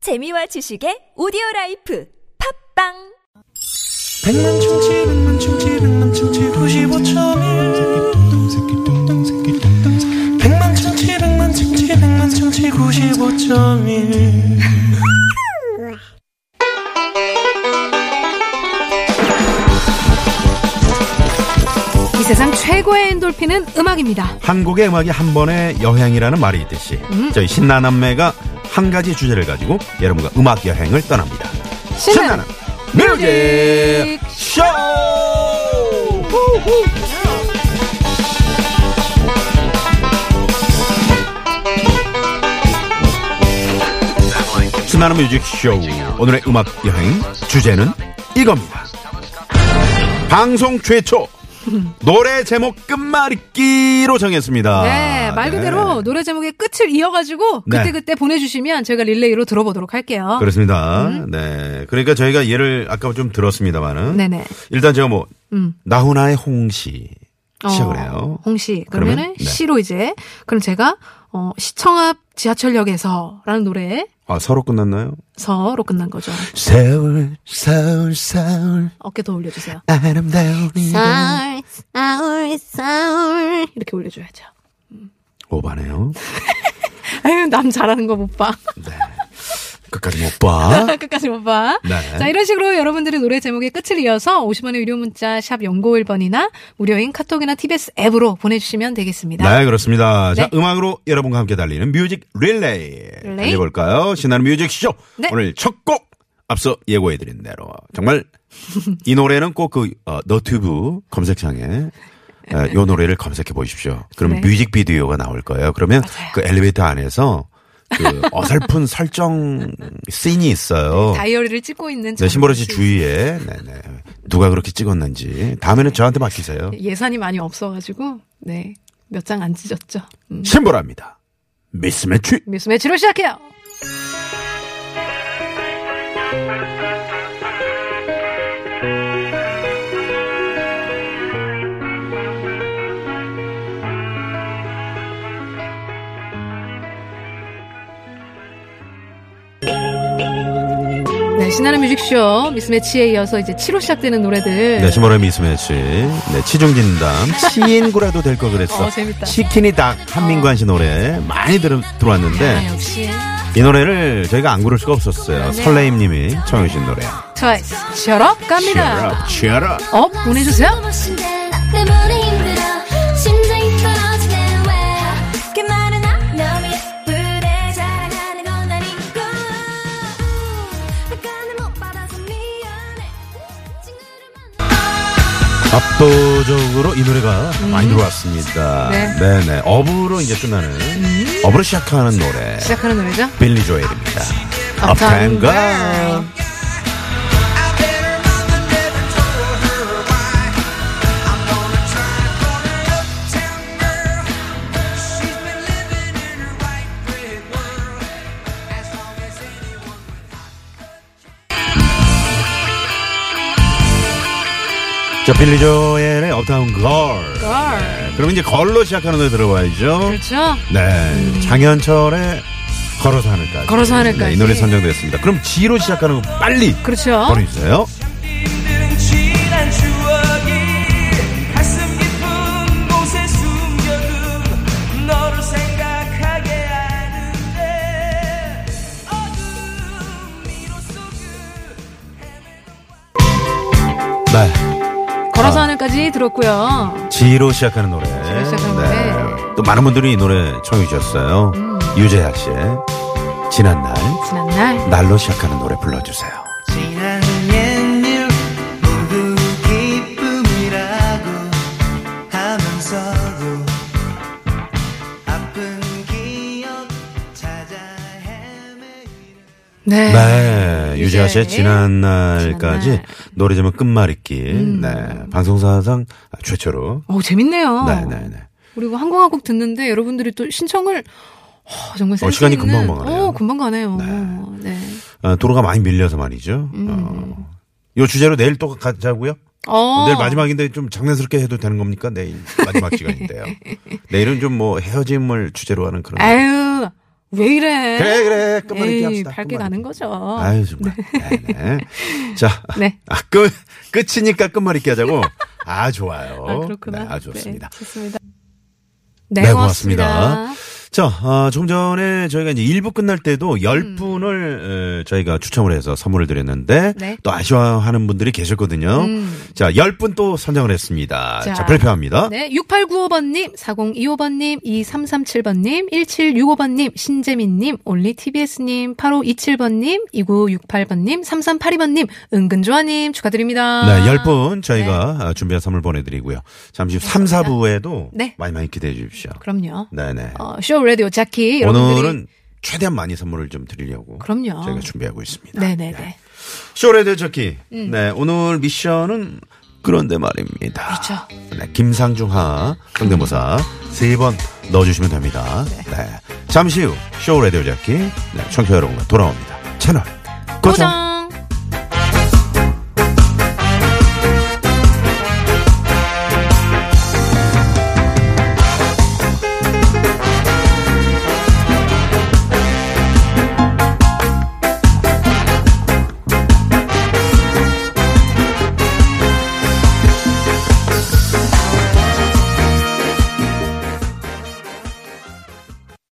재미와 지식의 오디오 라이프 팝빵 백만 충치 백만 충치 백만 충치 95.1 백만 충치 백만 충치 백만 충치 95.1 이 세상 최고의 엔돌핀은 음악입니다. 한국의 음악이 한 번의 여행이라는 말이 있듯이 저희 신나남매가 한 가지 주제를 가지고 여러분과 음악 여행을 떠납니다. 신나는 뮤직 쇼! 신나는 뮤직 쇼 오늘의 음악 여행 주제는 이겁니다. 방송 최초 노래 제목 끝말잇기로 정했습니다. 네, 말 그대로 네. 노래 제목의 끝을 이어가지고 네. 그때그때 보내주시면 저희가 릴레이로 들어보도록 할게요. 그렇습니다. 음. 네. 그러니까 저희가 예를 아까 좀 들었습니다만은. 네네. 일단 제가 뭐, 음. 어. 나훈아의 홍시 시작을 해요. 홍씨. 그러면, 그러면은 네. 시로 이제 그럼 제가 어, 시청 앞 지하철역에서라는 노래에서로 아, 서로 끝났나요? 끝난 거죠. 세월 서울 서울 어깨도 올려주세요. 아름다운 이름 사울 사울 사울 이렇게 올려줘야죠. 오바네요. 아유 남 잘하는 거 못 봐. 끝까지 못 봐. 끝까지 못 봐. 네. 자, 이런 식으로 여러분들이 노래 제목의 끝을 이어서 50원의 유료 문자 샵 0951번이나 무료인 카톡이나 TBS 앱으로 보내주시면 되겠습니다. 네, 그렇습니다. 자, 네. 음악으로 여러분과 함께 달리는 뮤직 릴레이. 릴레이. 달려볼까요? 신나는 뮤직쇼. 네. 오늘 첫 곡 앞서 예고해드린 대로. 정말 이 노래는 꼭 그 너튜브 검색창에 에, 요 노래를 검색해 보십시오. 그럼 네. 뮤직비디오가 나올 거예요. 그러면 그 엘리베이터 안에서 그 어설픈 설정 씬이 있어요. 다이어리를 찍고 있는 네, 신보라 씨 정치. 주위에 네네. 누가 그렇게 찍었는지 다음에는 저한테 맡기세요. 예산이 많이 없어가지고 네 몇 장 안 찢었죠. 음. 신보라입니다. 미스매치. 뉴스 매치로 시작해요. 네, 신나는 뮤직쇼 미스매치에 이어서 이제 7호 시작되는 노래들 네, 시모라 미스매치. 네, 치중진담. 치인구라도 될 걸 그랬어. 어, 재밌다. 치킨이 닭, 한민관 씨 노래 많이 들, 아, 들어왔는데, 역시 이 노래를 저희가 안 고를 수가 네. 없었어요. 설레임 님이 청해주신 노래. 트와이스 셔럽 갑니다. Cheer up, cheer up. 업 보내주세요. 압도적으로 이 노래가 많이 들어왔습니다. 음. 네. 음. 네. 네 업으로 이제 끝나는, 업으로 시작하는 노래. 시작하는 노래죠. 빌리 조엘입니다. Up time 업타임 걸. girl. 자, 빌리 조엘의 업타운 걸. 걸. 그럼 이제 걸로 시작하는 노래 들어봐야죠. 그렇죠. 네, 장현철의 걸어서 하늘까지. 걸어서 하늘까지. 네, 이 노래 선정됐습니다. 그럼 G로 시작하는 거 빨리 그렇죠. 보내주세요. 힘든 지난 추억이 가슴 깊은 곳에 숨겨둔 너를 생각하게 하는데 어둠 미로 속을 네, 걸어서 하늘까지 들었고요. G로 시작하는 노래. 네. G로 시작하는 노래. 음. 또 많은 분들이 이 노래 청해 주셨어요. 유재하 씨의 지난 날 지난 날 날로 시작하는 노래 불러주세요. 지난 옛일 모두 기쁨이라고 하면서도 아픈 기억 찾아 헤매는 네. 네, 유재하 씨의 유재. 지난 날까지 지난 날. 음. 노래 제목 끝말잇기. 네, 방송사상 최초로. 오 어, 재밌네요. 네, 네, 네. 그리고 항공화국 듣는데 여러분들이 또 신청을 허, 정말 센스 어, 시간이 있는- 금방 가네요. 어, 금방 가네요. 네. 어, 도로가 많이 밀려서 말이죠. 음. 어, 요 주제로 내일 또 가자고요. 어. 내일 마지막인데 좀 장난스럽게 해도 되는 겁니까? 내일 마지막 시간인데요. 내일은 좀 뭐 헤어짐을 주제로 하는 그런. 아유 왜 이래? 그래, 그래. 끝만 에이, 읽기 합시다. 밝게 끝만 가는 거죠. 아유 정말. 네, 네. 자, 네. 아, 끝 끝이니까 끝말잇기 하자고. 아 좋아요. 아, 그렇구나. 네, 아주 좋습니다. 네, 좋습니다. 네, 네, 고맙습니다. 자, 아, 좀 전에 저희가 이제 1부 끝날 때도 음. 10분을 저희가 추첨을 해서 선물을 드렸는데 네. 음. 또 아쉬워하는 분들이 계셨거든요. 자, 10분 또 선정을 했습니다. 자, 자, 발표합니다. 네, 6895번님, 4025번님, 2337번님, 1765번님, 신재민님, 올리TBS님, 8527번님, 2968번님, 3382번님, 은근조아님 축하드립니다. 네, 10분 저희가 아, 준비한 선물 보내드리고요. 잠시 후 3, 4부에도 네. 많이 많이 기대해 주십시오. 그럼요. 네네. 어, 쇼 라디오 자키 여러분들이 오늘은 최대한 많이 선물을 좀 드리려고 그럼요. 저희가 준비하고 있습니다. 네네네. 음. 네. 쇼레드 저키. 네, 오늘 미션은 그런데 말입니다. 그렇죠. 네, 김상중하 성대모사 세 번 넣어주시면 됩니다. 네. 잠시 후 쇼레드 저키 네, 청취자 여러분과 돌아옵니다. 채널 고정. 고정.